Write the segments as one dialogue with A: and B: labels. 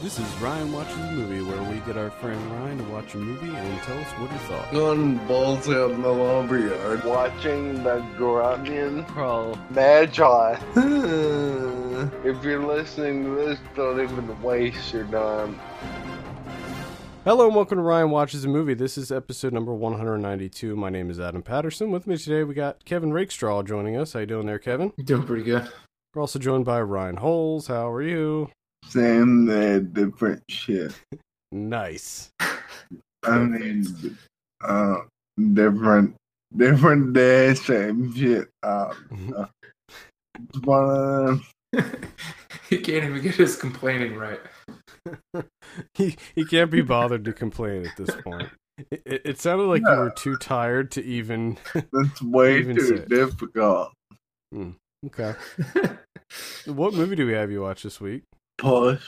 A: This is Ryan Watches a Movie, where we get our friend Ryan to watch a movie and tell us what he thought.
B: Gone balls out in the lumber yard.
C: watching the Grunion Pro Magi. If you're listening to this, don't even waste your time.
A: Hello and welcome to Ryan Watches a Movie. This is episode number 192. My name is Adam Patterson. With me today, we got Kevin Rakestraw joining us. How you doing there, Kevin?
B: Doing pretty good.
A: We're also joined by Ryan Holes. How are you?
D: Same uh, different shit.
A: Nice.
D: I mean, uh, different, different day, same shit. Uh, uh, but,
B: he can't even get his complaining right.
A: he he can't be bothered to complain at this point. It, it, it sounded like you
D: Yeah.
A: were too tired to even.
D: that's way
A: Even
D: too
A: said.
D: difficult.
A: Okay. What movie do we have you watch this week?
D: Push.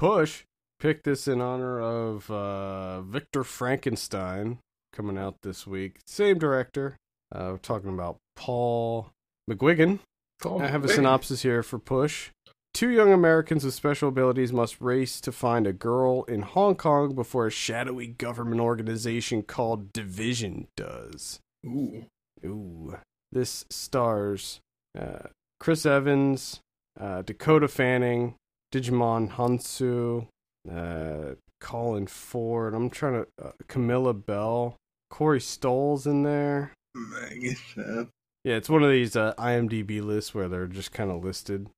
A: Push picked this in honor of uh, Victor Frankenstein coming out this week. Same director. Uh, we're talking about Paul McGuigan. I have a synopsis here for Push. Two young Americans with special abilities must race to find a girl in Hong Kong before a shadowy government organization called Division does.
B: Ooh.
A: Ooh. This stars uh, Chris Evans, uh, Dakota Fanning, Digimon Hansu, uh, Colin Ford. I'm trying to. Uh, Camilla Bell. Corey Stoll's in there.
D: Make it
A: Yeah, it's one of these uh, IMDb lists where they're just kind of listed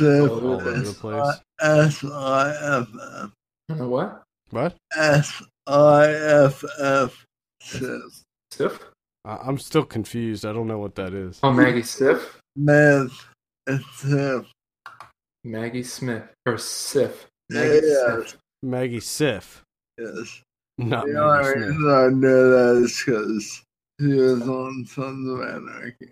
D: Oh,
A: all over the
D: up.
A: place.
D: S I F F.
B: You know what?
A: What?
D: S I F F.
B: Stiff?
A: I- I'm still confused. I don't know what that is.
B: Oh, Maggie Stiff?
D: Myth. It's Sif.
B: Maggie Smith. Or Sif. Maggie
D: Yeah.
B: Sif.
A: Maggie Siff,
D: Yes.
A: not
D: The
A: Maggie
D: only
A: Smith.
D: reason I knew that is because she was on Sons of Anarchy.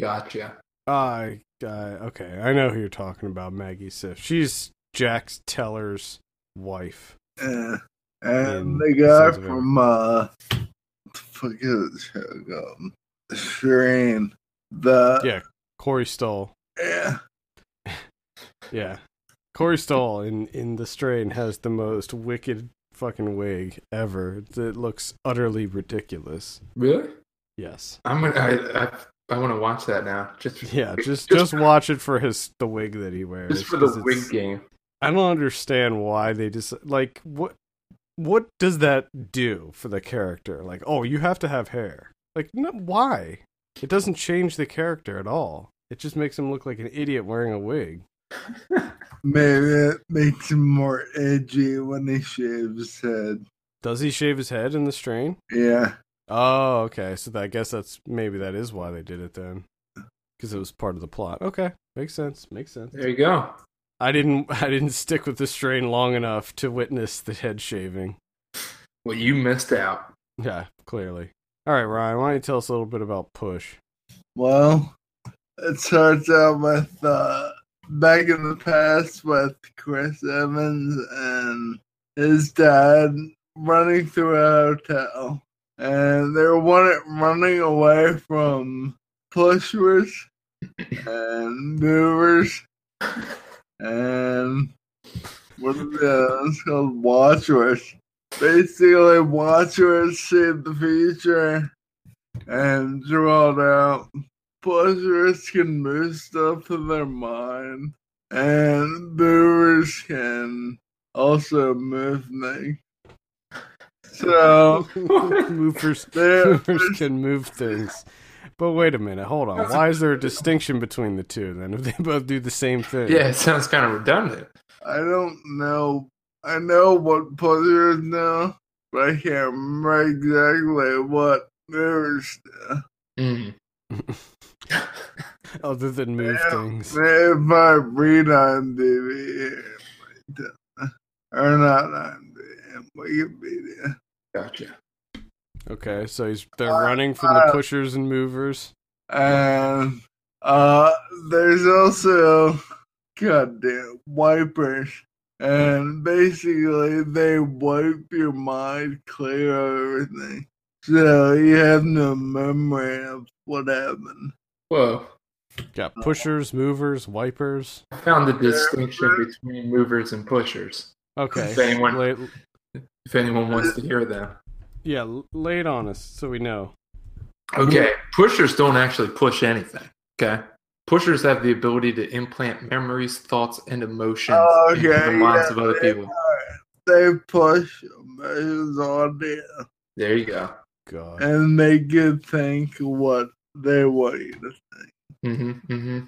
B: Gotcha.
A: I, I okay, I know who you're talking about, Maggie Siff. She's Jax Teller's wife.
D: Yeah.
A: In
D: Eh. And the guy
A: Sons of
D: from uh forget the show called Shireen. The eh,
A: Yeah. Corey Stoll.
D: yeah,
A: Yeah. Corey Stoll in in The Strain has the most wicked fucking wig ever. That looks utterly ridiculous.
B: Really?
A: Yes.
B: I'm gonna. I, I, I want to watch that now. Just
A: Yeah, just just watch it for his the wig that he wears.
B: just for the
A: 'cause it's-
B: wig game.
A: I don't understand why they just like what what does that do for the character? Like, oh, you have to have hair. Like, no, why? It doesn't change the character at all. It just makes him look like an idiot wearing a wig.
D: maybe it makes him more edgy when he shaves his head.
A: Does he shave his head in the strain?
D: Yeah,
A: Oh, okay. So that, I guess that's maybe that is why they did it then, because it was part of the plot. Okay, makes sense. Makes sense.
B: There you go.
A: I didn't. I didn't stick with the strain long enough to witness the head shaving.
B: Well, you missed out.
A: Yeah, clearly. All right, Ryan. Why don't you tell us a little bit about Push?
D: well, it starts out with uh back in the past with Chris Evans and his dad running through a hotel, and they're one, running away from pushers and movers. and what is it? It's called Watchers. Basically, Watchers saved the future and draw it out. Pushers can move stuff in their mind, and movers can also move things. So,
A: movers,
D: they're,
A: movers can move things. But wait a minute, hold on. Why is there a distinction between the two then? If they both do the same thing,
B: Yeah, it sounds kind of redundant.
D: I don't know. I know what puzzlers know, but I can't remember exactly what movers do.
B: Mm.
A: other than move things.
D: If I read on TV, or not on TV, Wikipedia.
B: Gotcha.
A: Okay, so he's, they're
D: Uh,
A: running from the pushers and movers.
D: And uh, there's also goddamn wipers. And basically, they wipe your mind clear of everything. So you have no memory of what happened.
B: Whoa.
A: Got pushers, movers, wipers.
B: I found the distinction between movers and pushers.
A: Okay.
B: If anyone-
A: Lay-
B: If anyone wants to hear them.
A: yeah, l- lay it on us so we know.
B: Okay. Pushers don't actually push anything. Okay. Pushers have the ability to implant memories, thoughts, and emotions
D: Oh,
B: into the
D: okay,
B: minds
D: yeah,
B: of other
D: yeah.
B: people.
D: They push emotions on there
B: There you go.
A: God.
D: and make you think what they want you to think.
B: hmm hmm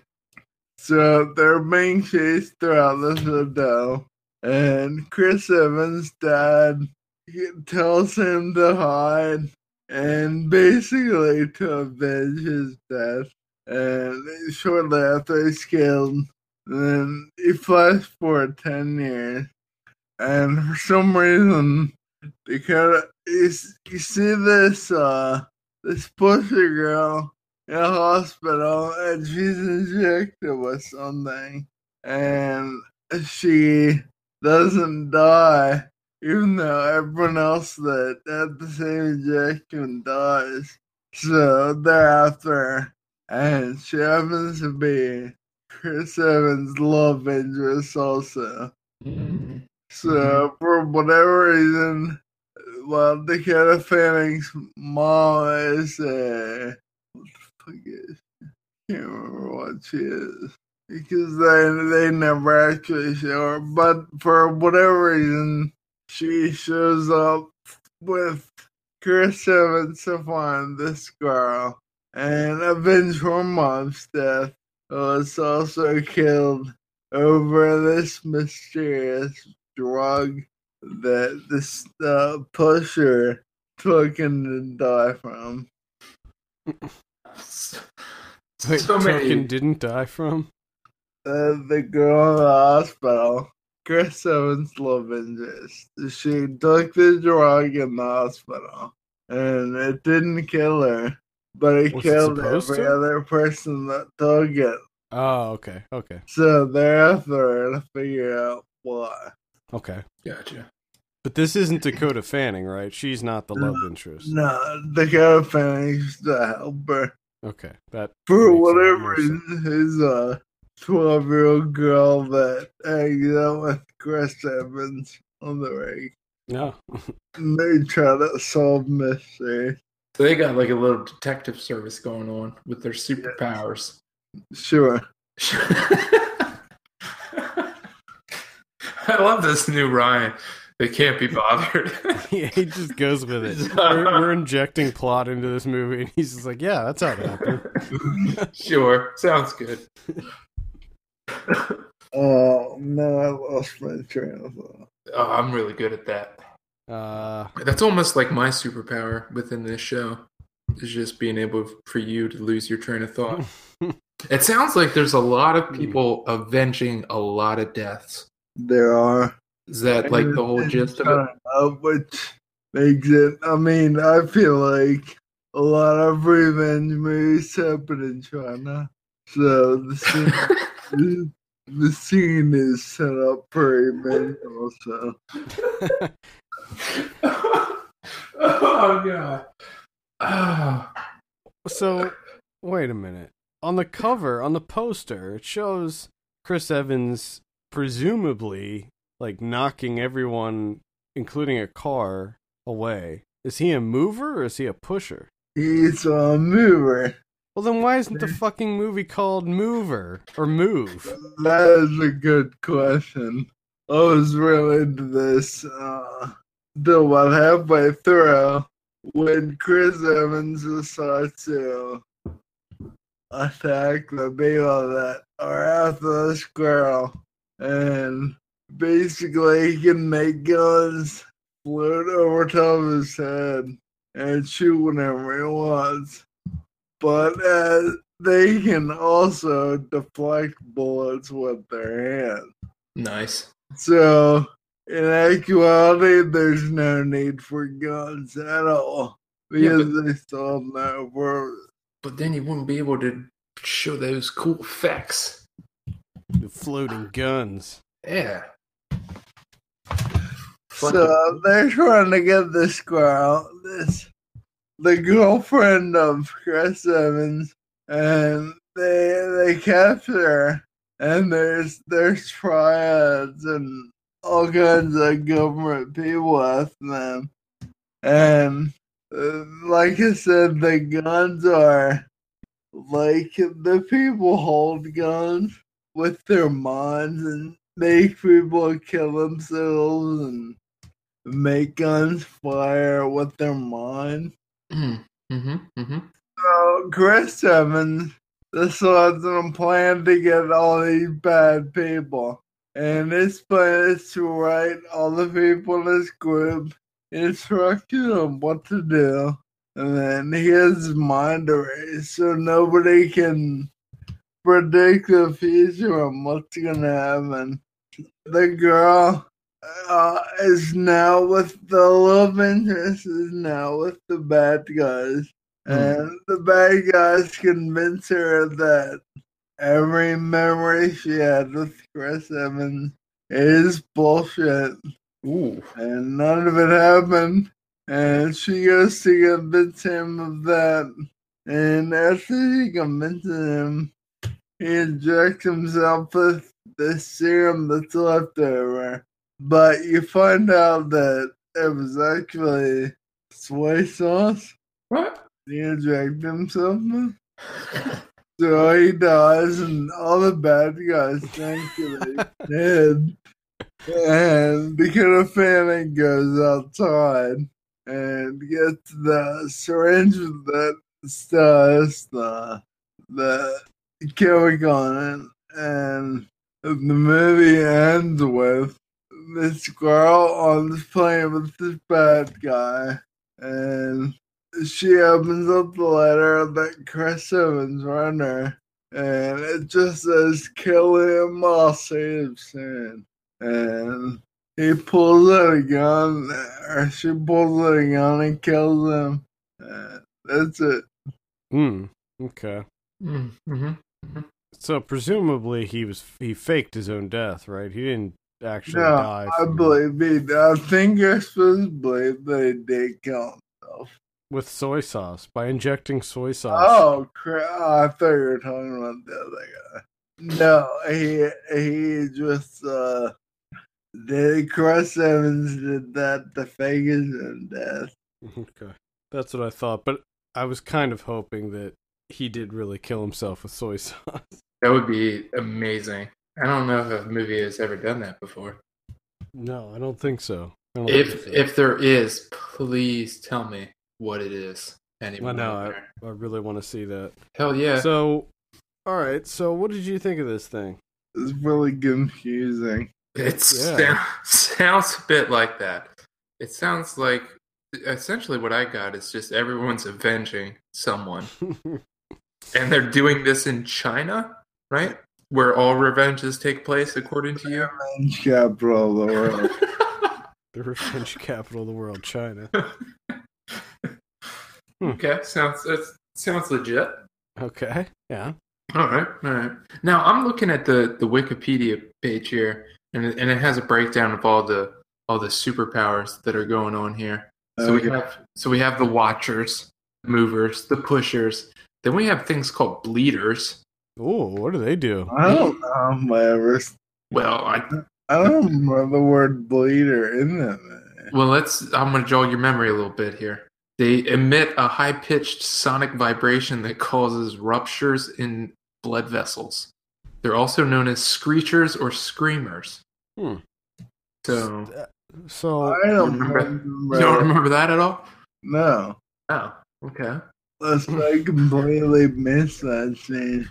D: So they're being chased throughout this hotel, and Chris Evans' dad he tells him to hide and basically to avenge his death. And shortly after he's killed, then he flies for 10 years. And for some reason, Dakota, you, s- you see this, uh, this pusher girl in a hospital and she's injected with something and she doesn't die even though everyone else that had the same injection dies. So thereafter and she happens to be Chris Evans' love interest also.
B: mm-hmm.
D: So for whatever reason, well, Dakota Fanning's mom is a what the fuck is she? can't remember what she is because they they never actually show her. But for whatever reason, she shows up with Chris Evans to find this girl and avenge her mom's death. Who was also killed over this mysterious drug that this uh, pusher took and die from.
B: So,
A: Wait,
B: so
A: Token
B: many.
A: didn't die from?
D: Uh, the girl in the hospital, Chris Evans' love interest, she took the drug in the hospital, and it didn't kill her, but it
A: Was it
D: killed
A: supposed
D: every
A: to?
D: other person that took it.
A: Oh, okay. Okay.
D: So thereafter, to figure out why.
A: Okay.
B: Gotcha.
A: But this isn't Dakota Fanning, right? She's not the love interest.
D: No, they gotta finish the helper.
A: Okay. That
D: For
A: Makes a lot
D: whatever
A: more
D: reason, his uh, 12 year old girl that hangs out with Chris Evans on the rig.
A: no.
D: And they try to solve mystery.
B: So they got like a little detective service going on with their superpowers.
D: Sure.
B: I love this new Ryan. They can't be bothered.
A: Yeah, he just goes with it. We're, we're injecting plot into this movie, and he's just like, "Yeah, that's how it happened."
B: sure, sounds good.
D: Oh, no, I lost my train of thought.
B: Oh, I'm really good at that.
A: Uh,
B: That's almost like my superpower within this show is just being able for you to lose your train of thought. it sounds like there's a lot of people avenging a lot of deaths.
D: There are.
B: Is that like the whole gist of it?
D: Uh, which makes it, I mean, I feel like a lot of revenge movies happen in China. So the scene the the scene is set up for revenge also.
B: oh god. Oh.
A: so, wait a minute. On the cover, on the poster, it shows Chris Evans presumably like knocking everyone, including a car, away. Is he a mover or is he a pusher?
D: He's a mover.
A: Well, then why isn't the fucking movie called Mover or Move?
D: That is a good question. I was really into this uh the one halfway through when Chris Evans decides to attack the people that are after this girl and basically he can make guns float over top of his head and shoot whenever he wants. But as they can also deflect bullets with their hands.
B: Nice.
D: So, in actuality, there's no need for guns at all
B: Yeah,
D: because they still know where.
B: But then you wouldn't be able to show those cool effects.
A: The floating guns.
B: Yeah.
D: So they're trying to get this girl, this the girlfriend of Chris Evans, and they they capture her, and there's there's triads and all kinds of government people after them. And uh, like I said, the guns are like the people hold guns with their minds and make people kill themselves and make guns fire with their minds.
B: Mm-hmm, mm-hmm.
D: So Chris Evans decides on a plan to get all these bad people. And his plan is to write all the people in his group, instruct them what to do, and then he has his mind erased so nobody can predict the future and what's gonna happen. The girl uh, is now with the love interest is now with the bad guys. And the bad guys convince her that every memory she had with Chris Evans is bullshit
B: Ooh.
D: and none of it happened. And she goes to convince him of that. And after she convinces him, he injects himself with the serum that's left over. But you find out that it was actually soy sauce
B: What?
D: he injected himself with.
B: Mm-hmm.
D: So he dies, and all the bad guys think that he's dead. And the kid Fanning goes outside and gets the syringe that has the, the chemical on it. And the movie ends with this girl on this plane with this bad guy. And she opens up the letter that Chris Evans wrote her, and it just says, "Kill him, I'll save Sam." And he pulls out a gun, or she pulls out a gun and kills him. And that's it.
A: Hmm. Okay.
B: Mm-hmm.
A: So presumably he was he faked his own death, right? He didn't actually
D: No,
A: die.
D: I
A: from-
D: believe he. I think you're supposed to believe that he did kill him.
A: with soy sauce by injecting soy sauce.
D: Oh, crap! I thought you were talking about the other guy. No, he he just uh, did Chris Evans did that to fake his own death.
A: Okay. That's what I thought, but I was kind of hoping that he did really kill himself with soy sauce.
B: That would be amazing. I don't know if a movie has ever done that before.
A: No, I don't think so. I don't think
B: If
A: so.
B: if there is, please tell me what it is. Anyone?
A: Well, no,
B: out there.
A: I really want to see that.
B: Hell yeah.
A: So, all right. So, what did you think of this thing?
D: It's really confusing.
B: It
A: Yeah.
B: sounds a bit like that. It sounds like essentially what I got is just everyone's avenging someone, and they're doing this in China, right? Where all revenges take place, according to you.
D: French capital of the world.
A: the revenge capital of the world, China.
B: okay, sounds that sounds legit.
A: Okay. Yeah.
B: All right, all right. Now I'm looking at the the Wikipedia page here, and it, and it has a breakdown of all the all the superpowers that are going on here. So we
D: Okay.
B: have so we have the Watchers, movers, the pushers. Then we have things called bleeders.
A: Oh, what do they do?
D: I don't know, whatever.
B: Well, I
D: I don't remember the word bleeder in that. man.
B: well let's I'm gonna jog your memory a little bit here. They emit a high pitched sonic vibration that causes ruptures in blood vessels. They're also known as screechers or screamers.
A: Hmm.
B: So
A: uh, So,
D: I don't
B: remember-
D: remember.
B: You don't remember that at all?
D: No,
B: Oh, okay.
D: unless I completely missed that scene.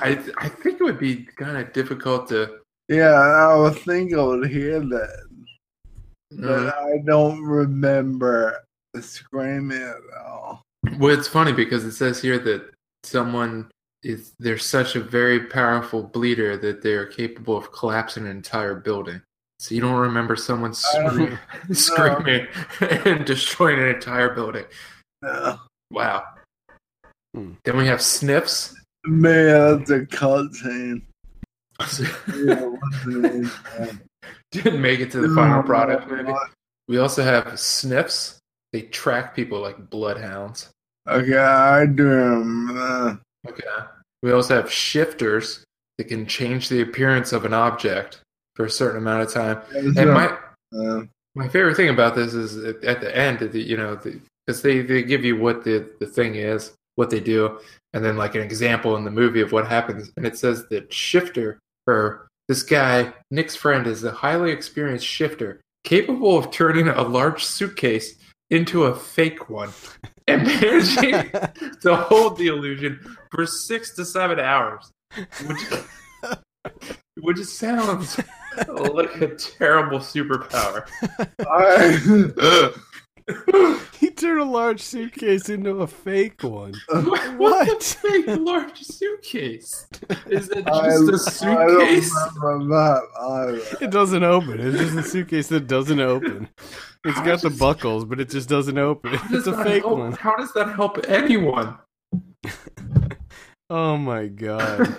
B: I I think it would be kind of difficult to.
D: Yeah, I would think I would hear that, but
B: Uh,
D: I don't remember screaming at all.
B: well, it's funny because it says here that someone is they're such a very powerful bleeder that they are capable of collapsing an entire building. So you don't remember someone scream, screaming and destroying an entire building.
D: No.
B: Wow.
A: Hmm.
B: Then we have sniffs.
D: Man, that's a cutscene. Yeah, what's the name?
B: Didn't make it to the final
D: Oh,
B: product.
D: my
B: Maybe
D: God.
B: we also have sniffs. They track people like bloodhounds.
D: Okay, I do remember.
B: Okay. We also have shifters that can change the appearance of an object. for a certain amount of time.
D: And
B: And my
D: uh,
B: my favorite thing about this is at at the end, the, you know, because they, they give you what the, the thing is, what they do, and then like an example in the movie of what happens. And it says that shifter, or this guy, Nick's friend, is a highly experienced shifter capable of turning a large suitcase into a fake one and managing to hold the illusion for six to seven hours, which, which sounds like a terrible superpower.
D: I,
A: he turned a large suitcase into a fake one.
B: What,
A: What?
B: the big large suitcase? Is it just
D: I,
B: a
D: I don't
B: suitcase?
D: remember that either.
A: It doesn't open. It's just a suitcase that doesn't open. It's got the buckles, but it just doesn't open.
B: How does
A: It's a
B: that
A: fake
B: help-
A: one.
B: How does that help anyone?
A: Oh my god.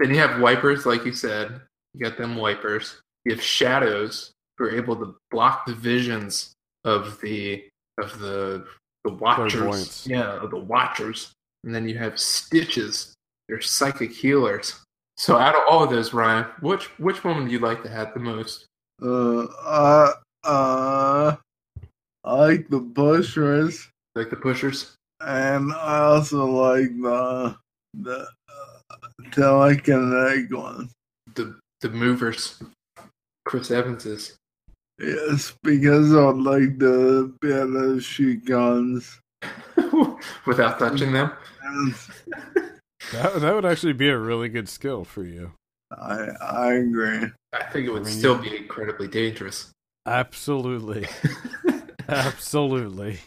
B: Then you have wipers, like you said. You got them wipers. You have shadows who are able to block the visions of the of the the watchers.
A: Clairvoyance.
B: Yeah, of the watchers. And then you have stitches. They're psychic healers. So out of all of those, Ryan, which which one would you like to have the most?
D: Uh, I, uh, I like the bushers,
B: Like the pushers?
D: and I also like the the uh, telekinetic one.
B: the the movers. Chris Evans is.
D: Yes, because I would like to be able to shoot guns.
B: without touching them.
D: And
A: That, that would actually be a really good skill for you.
D: I I agree.
B: I think it would
A: I mean,
B: still
A: you-
B: be incredibly dangerous.
A: Absolutely. Absolutely.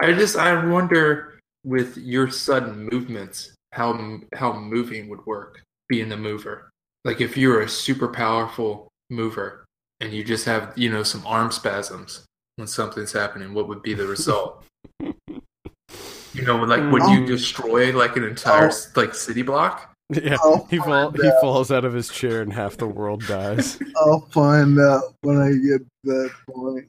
B: I just I wonder with your sudden movements how m- how moving would work being a mover. Like if you're a super powerful mover and you just have you know some arm spasms when something's happening, what would be the result? you know, like would you
A: Mm. Oh.
B: destroy like an entire s like city block?
A: Yeah.
D: I'll
A: He fall, he falls out of his chair and half the world dies.
D: I'll find out when I get to that point.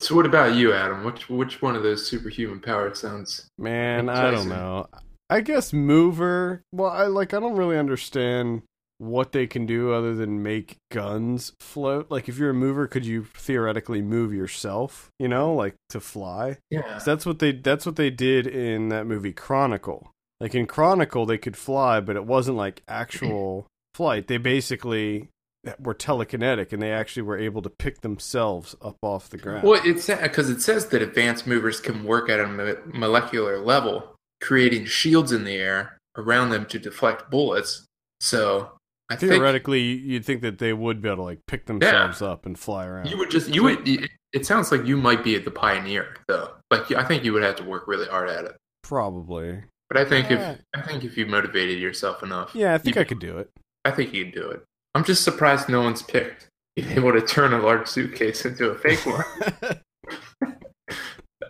B: So what about you, Adam? Which which one of those superhuman powers sounds?
A: Man, I don't
B: Jason.
A: know. I guess mover. Well, I like I don't really understand what they can do other than make guns float. Like if you're a mover, could you theoretically move yourself, you know, like to fly?
B: Yeah.
A: 'Cause that's what they that's what they did in that movie Chronicle. Like in Chronicle they could fly, but it wasn't like actual flight. They basically eh, were telekinetic and they actually were able to pick themselves up off the ground.
B: Well, it's because it says that advanced movers can work at a mo- molecular level, creating shields in the air around them to deflect bullets. So I think
A: Theoretically, you'd think that they would be able to like pick themselves up and fly around.
B: you would just you would. It, it sounds like you might be the pioneer, though. Like I think you would have to work really hard at it.
A: Probably.
B: But I think
A: Yeah.
B: if I think if you motivated yourself enough,
A: Yeah, I think
B: You-
A: I could do it.
B: I think you can do it. I'm just surprised no one's picked. You're able to turn a large suitcase into a fake one.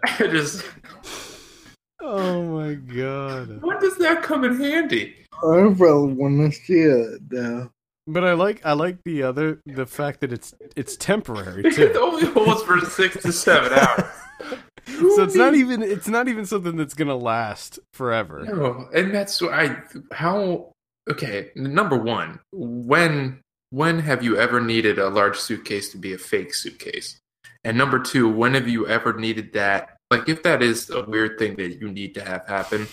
B: I just
A: oh my god.
B: When does that come in handy?
D: I really want to see it now.
A: But I like I like the other the fact that it's it's temporary
B: It
A: too.
B: only holds for six to seven hours.
A: so it's not even it's not even something that's gonna last forever.
B: No, and that's why I how okay. Number one, when when have you ever needed a large suitcase to be a fake suitcase? And number two, when have you ever needed that? Like, if that is a weird thing that you need to have happen,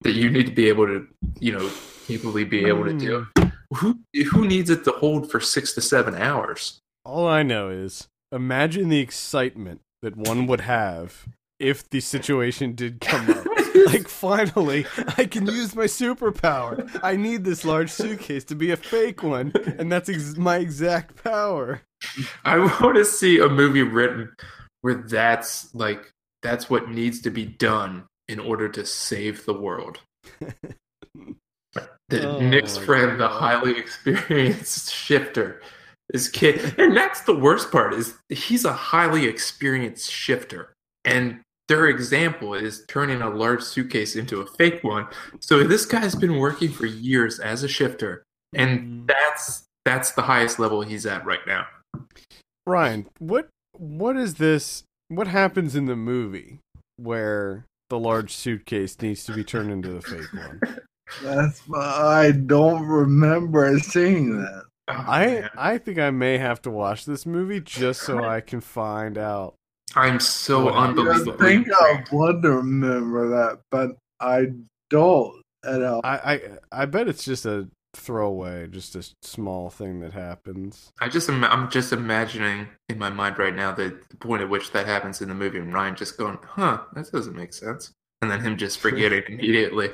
B: that you need to be able to, you know, capably be able to do.
A: Mm.
B: Who who needs it to hold for six to seven hours?
A: All I know is imagine the excitement that one would have if the situation did come up. Like finally, I can use my superpower. I need this large suitcase to be a fake one, and that's ex- my exact power.
B: I want to see a movie written where that's like that's what needs to be done in order to save the world. That
A: Oh
B: Nick's
A: my
B: friend, the
A: God.
B: highly experienced shifter, is kid, and that's the worst part is he's a highly experienced shifter, and their example is turning a large suitcase into a fake one. So this guy's been working for years as a shifter, and
A: Mm.
B: that's that's the highest level he's at right now.
A: Ryan, what what is this? What happens in the movie where the large suitcase needs to be turned into the fake one?
D: That's why I don't remember seeing that.
A: I
B: Oh, man.
A: I think I may have to watch this movie just so I can find out.
B: I'm so
A: Well,
D: You
A: Believe
D: would
A: it.
B: unbelievably.
D: think I would remember that, but I don't at all.
A: I I, I bet it's just a throwaway, just a small thing that happens.
B: I just im- I'm just imagining in my mind right now the, the point at which that happens in the movie, and Ryan just going, "Huh, that doesn't make sense," and then him just forgetting immediately.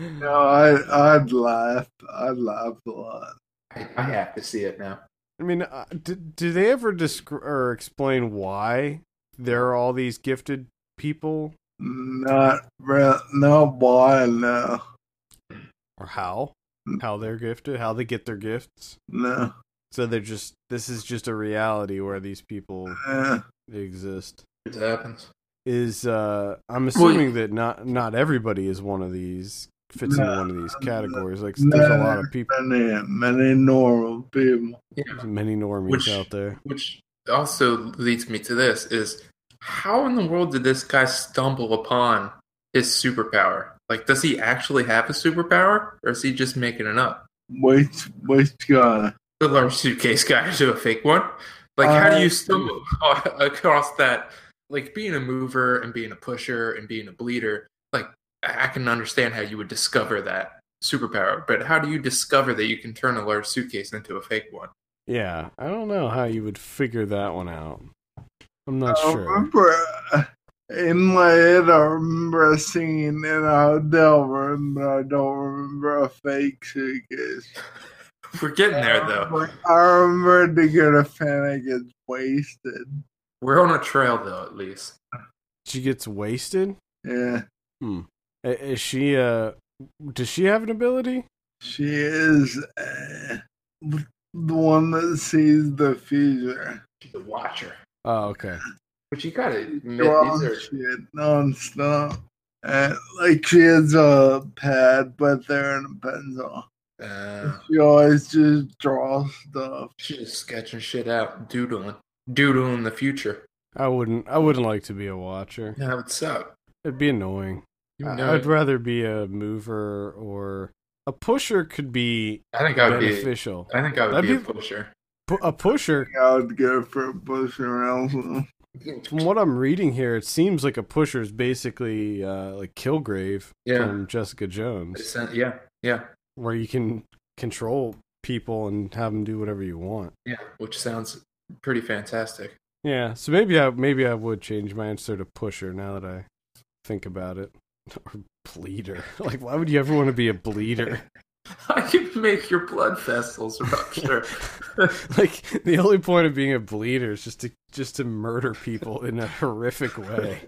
D: No, I, I'd laugh. I'd laugh a lot.
B: I, I have to see it now.
A: I mean, uh, do, do they ever disc- or explain why there are all these gifted people
D: Not real. Not why, no.
A: or how
B: Mm.
A: how they're gifted, how they get their gifts?
D: No.
A: So they're just this is just a reality where these people
D: Yeah.
A: exist.
B: It happens.
A: Is uh I'm
B: Well,
A: assuming that not not everybody is one of these fits into
D: No,
A: one of these
D: no,
A: categories. Like
D: no,
A: there's a lot of people,
D: Many, many normal people.
B: Yeah.
A: many normies
B: Which-
A: out there.
B: Which also leads me to this: is how in the world did this guy stumble upon his superpower? Like, does he actually have a superpower, or is he just making it up?
D: Which, which guy?
B: The large suitcase guy to a fake one. Like, how do
D: Uh,
B: you stumble across that? Like, being a mover and being a pusher and being a bleeder. Like, I I can understand how you would discover that superpower, but how do you discover that you can turn a large suitcase into a fake one?
A: Yeah, I don't know how you would figure that one out. I'm not
B: Uh-huh.
D: I
A: sure.
D: remember uh, in my head, I remember a scene in a hotel room, but I don't remember a fake suitcase.
B: We're getting there,
D: I
B: though.
D: remember- I remember to go to Panic It's Wasted.
B: We're on a trail, though, at least.
A: She gets wasted.
D: Yeah,
A: I- Is she uh does she have an ability?
D: she is uh, the one that sees the future.
B: She's a watcher.
A: Oh, okay.
B: But you gotta admit,
D: Draws
B: these are
D: shit nonstop. And, Uh, like she has a pad, but they're in a pencil.
B: uh,
D: She always just draws stuff.
B: she's just sketching shit out, doodling, doodling the future.
A: I wouldn't I wouldn't like to be a watcher.
B: That would suck.
A: It'd be annoying.
B: You
A: I-
B: know,
A: Uh, I'd rather be a mover or a pusher could be
B: I think I would be.
A: beneficial.
B: I think I would
A: That'd
B: be a
A: be-
B: pusher.
A: Pu- A pusher,
D: I would go for a push around.
A: from what I'm reading here, it seems like a pusher is basically uh, like Kilgrave
B: Yeah,
A: from Jessica Jones,
B: It's, uh, yeah, yeah,
A: where you can control people and have them do whatever you want.
B: yeah. Which sounds pretty fantastic.
A: Yeah, so maybe I maybe I would change my answer to pusher now that I think about it, or bleeder. Like, why would you ever want to be a bleeder?
B: I can make your blood vessels rupture.
A: like the only point of being a bleeder is just to just to murder people in a horrific way.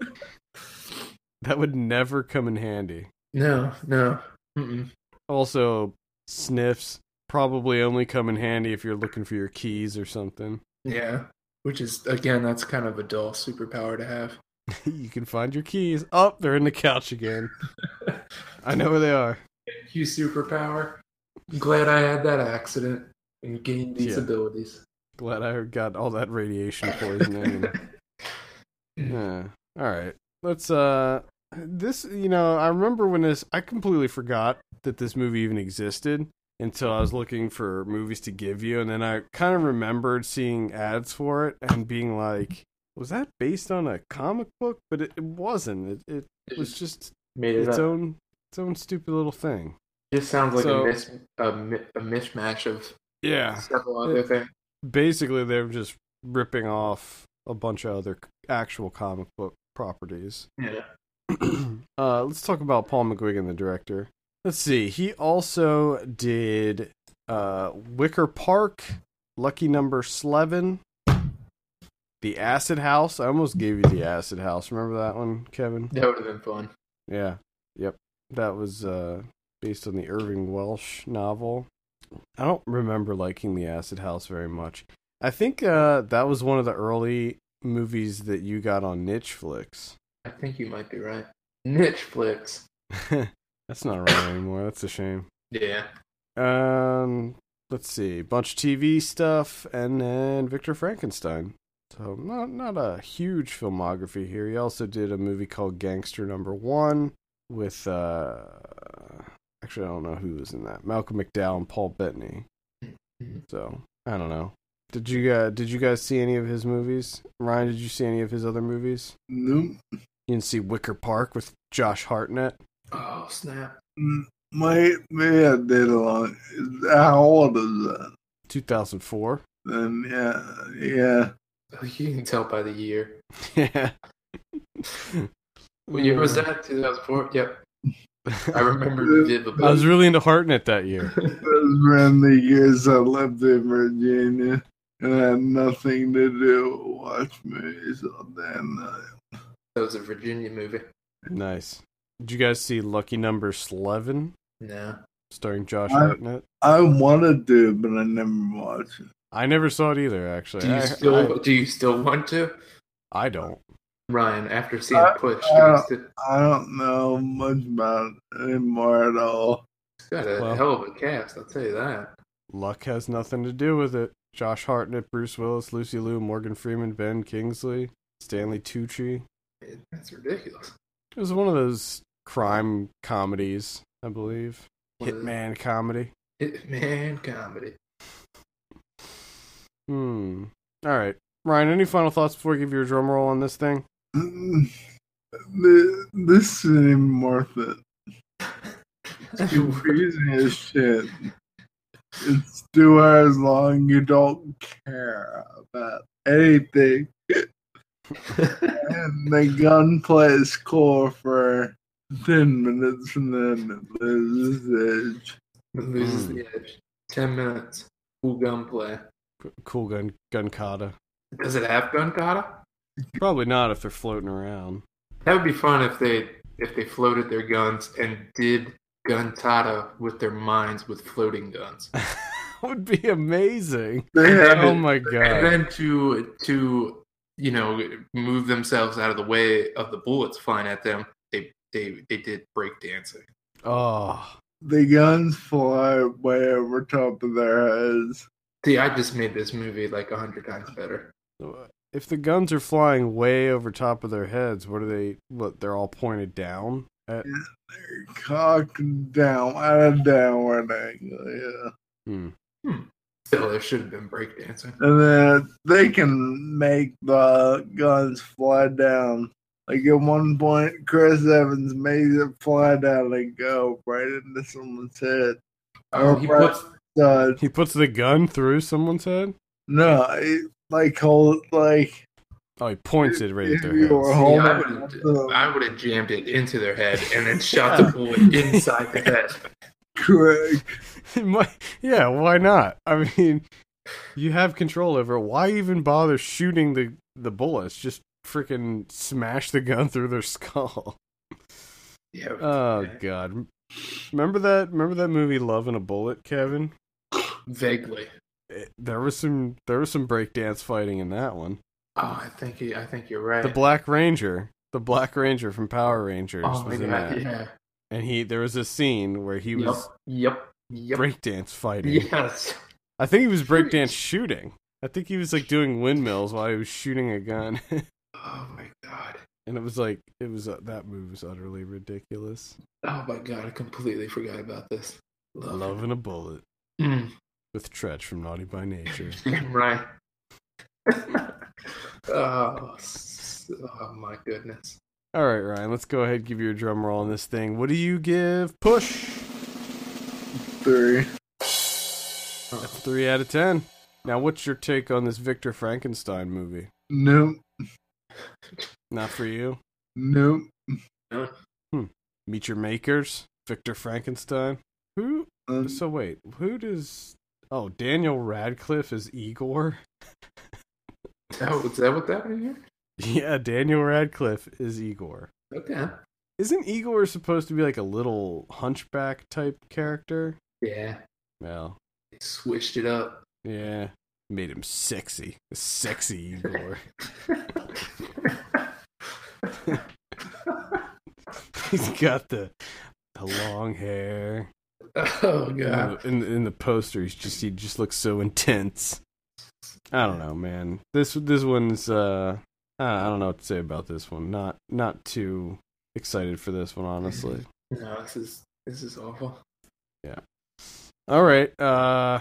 A: That would never come in handy.
B: no, no. Mm-mm.
A: Also, sniffs probably only come in handy if you're looking for your keys or something.
B: Yeah. Which is again, that's kind of a dull superpower to have.
A: you can find your keys. Oh, they're in the couch again. I know where they are.
B: you superpower. I'm glad I had that accident and gained these
A: Yeah.
B: abilities.
A: Glad I got all that radiation poisoning. Yeah. All right. Let's uh this you know, I remember when this I completely forgot that this movie even existed until I was looking for movies to give you and then I kind of remembered seeing ads for it and being like was that based on a comic book? But it, it wasn't. It it was just
B: made it
A: its
B: up.
A: own its own stupid little thing.
B: just sounds like
A: so-
B: a, mis- a, mi- a mishmash of
A: Yeah.
B: several other things.
A: Basically they're just ripping off a bunch of other c- actual comic book properties.
B: Yeah.
A: uh, let's talk about Paul McGuigan, the director. Let's see. He also did uh, Wicker Park, Lucky Number Slevin, The Acid House. I almost gave you The Acid House. Remember that one, Kevin?
B: That would have been fun.
A: Yeah. Yep. That was uh, based on the Irving Welsh novel. I don't remember liking The Acid House very much. I think uh, that was one of the early movies that you got on Niche Flicks.
B: I think you might be right. Niche flicks.
A: That's not around anymore. That's a shame.
B: Yeah.
A: Um, let's see, bunch of TV stuff, and then Victor Frankenstein. So not not a huge filmography here. He also did a movie called Gangster Number One with uh, actually I don't know who was in that. Malcolm McDowell and Paul Bettany. So I don't know. Did you uh, did you guys see any of his movies? Ryan, did you see any of his other movies?
D: Nope.
A: You didn't see Wicker Park with Josh Hartnett.
B: Oh snap!
D: Mm, Wait, maybe I did a lot. How old is that?
A: 2004.
D: Then yeah, yeah.
B: Oh, You can tell by the year.
A: yeah.
B: What year was that? 2004. Yep, I remember vividly.
A: I was really into Hartnett that year.
D: Those were the years I lived in Virginia and had nothing to do, watch movies all day and night.
B: that was a Virginia movie.
A: Nice. Did you guys see Lucky Number 11
B: No,
A: starring Josh
D: I-
A: Hartnett?
D: I wanted to, but I never watched it.
A: I never saw it either, actually.
B: do you
A: I,
B: still do you still want to,
A: I, I don't.
B: Ryan? After seeing
D: Uh,
B: Push,
D: uh,
B: do you still-
D: I don't know much about it anymore at all.
B: it's got a
A: well.
B: hell of a cast. I'll tell you that.
A: Luck has nothing to do with it. Josh Hartnett, Bruce Willis, Lucy Liu, Morgan Freeman, Ben Kingsley, Stanley Tucci.
B: It- that's ridiculous.
A: It was one of those crime comedies, I believe.
B: One of those-
A: Hitman comedy.
B: Hitman comedy.
A: Hmm. All right. Ryan, any final thoughts before I give you a drum roll on this thing?
D: Mm, th- This isn't even worth it. It's confusing as shit. It's two hours long. You don't care about anything. And the gunplay is cool for 10 minutes and then it loses its edge.
B: Loses
A: Mm.
B: the edge. Ten minutes. Cool gunplay.
A: C- Cool gun, gun kata.
B: Does it have gun kata?
A: Probably not if they're floating around.
B: That would be fun if they if they floated their guns and did gun kata with their minds with floating guns.
A: would be amazing.
D: They
B: Yeah.
D: have
A: Oh my
B: And
A: god.
B: then to to you know move themselves out of the way of the bullets flying at them, they they they did break dancing.
A: Oh.
D: the guns fly way over top of their heads.
B: See, I just made this movie like a hundred times better.
A: If the guns are flying way over top of their heads, what are they? What they're all pointed down? At?
D: They're cocked down at a downward angle, yeah.
A: Hmm.
B: Still, there should have been break dancing.
D: And then they can make the guns fly down. Like at one point, Chris Evans made it fly down and go right into someone's head. Or
B: he
D: right
B: puts
D: side.
A: He puts the gun through someone's head.
D: No, it, like hold like
A: Oh, he points it right at their
D: You are
A: heads.
D: hol-
B: See,
D: Hold on.
B: I would I would have jammed it into their head and then shot the bullet inside the head.
D: Craig.
A: He might- yeah, why not? I mean, you have control over it. Why even bother shooting the the bullets? Just freaking smash the gun through their skull.
B: Yeah.
A: Oh god. Remember that? Remember that movie Love and a Bullet, Kevin?
B: Vaguely.
A: it- there was some there was some breakdance fighting in that one.
B: Oh, I think you, I think you're right.
A: The Black Ranger, the Black Ranger from Power Rangers
B: oh my
A: was in
B: god!
A: that.
B: Yeah.
A: And he there was a scene where he was
B: Yep. Yep. Yep.
A: breakdance fighting.
B: Yes.
A: I think he was
B: Shoot.
A: breakdance shooting. I think he was like doing windmills while he was shooting a gun.
B: Oh my god.
A: and it was like it was uh, that move was utterly ridiculous.
B: Oh my god! I completely forgot about this. Love.
A: Love and a bullet
B: Mm.
A: with Tretch from Naughty by Nature.
B: Damn Mm, right. oh, s- oh my goodness.
A: All right, Ryan, let's go ahead and give you a drum roll on this thing. What do you give? Push.
D: Three.
A: That's three out of ten. Now, what's your take on this Victor Frankenstein movie?
D: Nope.
A: Not for you.
D: Nope.
A: Meet your makers, Victor Frankenstein. Who?
D: Um,
A: So wait, who does? Oh, Daniel Radcliffe is Igor.
B: Is that, is that what's happening here?
A: Yeah, Daniel Radcliffe is Igor.
B: Okay.
A: Isn't Igor supposed to be like a little hunchback type character?
B: Yeah.
A: Well,
B: They switched it up.
A: yeah, made him sexy, sexy Igor. He's got the the long hair.
B: oh god.
A: In, in in the poster, he's just he just looks so intense. I don't know, man. This this one's uh, I I don't know what to say about this one. Not not too excited for this one, honestly.
B: No, this is this is awful.
A: All right, uh,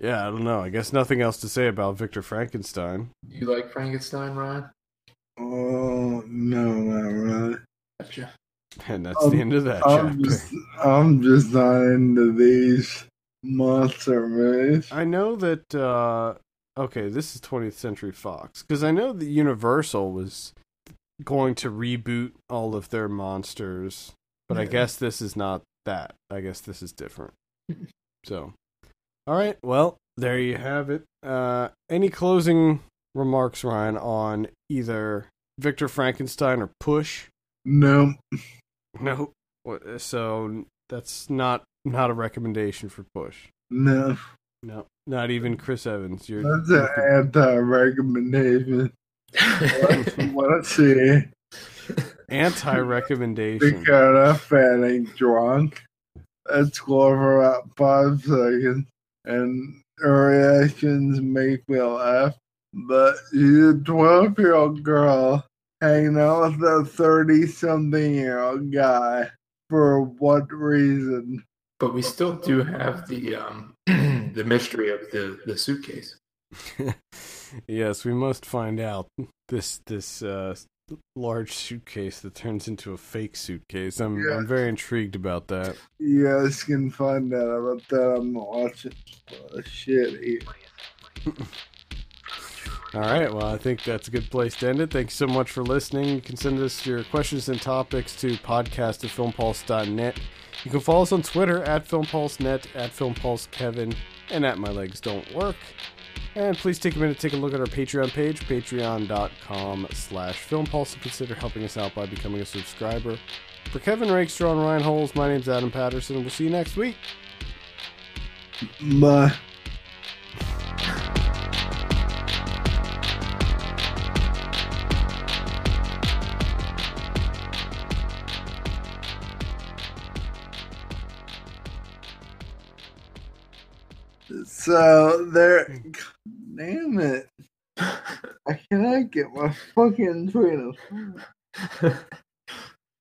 A: Yeah, I don't know. I guess nothing else to say about Victor Frankenstein.
B: You like Frankenstein, Ron?
D: Oh no, not really.
B: Gotcha.
A: And that's the
D: Um,
A: end of that
D: I'm
A: chapter.
D: just, I'm just not into these monster movies.
A: I know that. uh Okay, this is 20th Century Fox because I know that Universal was going to reboot all of their monsters, but I
B: Yeah.
A: guess this is not that. I guess this is different. so, all right. Well, there you have it. Uh Any closing remarks, Ryan, on either Victor Frankenstein or Push?
D: No,
A: No. What- So that's not not a recommendation for Push.
D: no,
A: No, not even Chris Evans. You're
D: that's an anti-recommendation. That's what I see.
A: anti-recommendation.
D: Dakota Fanning drunk. Let's go for about five seconds, and her reactions make me laugh. But she's a 12 year old girl hanging out with a 30 something year old guy. For what reason?
B: But we still do have the um, the mystery of the, the suitcase.
A: yes, we must find out this this uh, large suitcase that turns into a fake suitcase. I'm I'm
D: Yeah.
A: very intrigued about that.
D: You guys can find out about that on the watching. Oh, shit. he-
A: All right. Well, I think that's a good place to end it. Thanks so much for listening. You can send us your questions and topics to podcast at filmpulse.net. You can follow us on Twitter at filmpulsenet, at filmpulsekevin, and at my legs don't work. And please take a minute to take a look at our Patreon page, patreon.com slash filmpulse, and consider helping us out by becoming a subscriber. For Kevin Rakestra and Ryan Holes, my name's Adam Patterson, and we'll see you next week.
D: Bye. So there, damn it! I cannot get my fucking train of thought.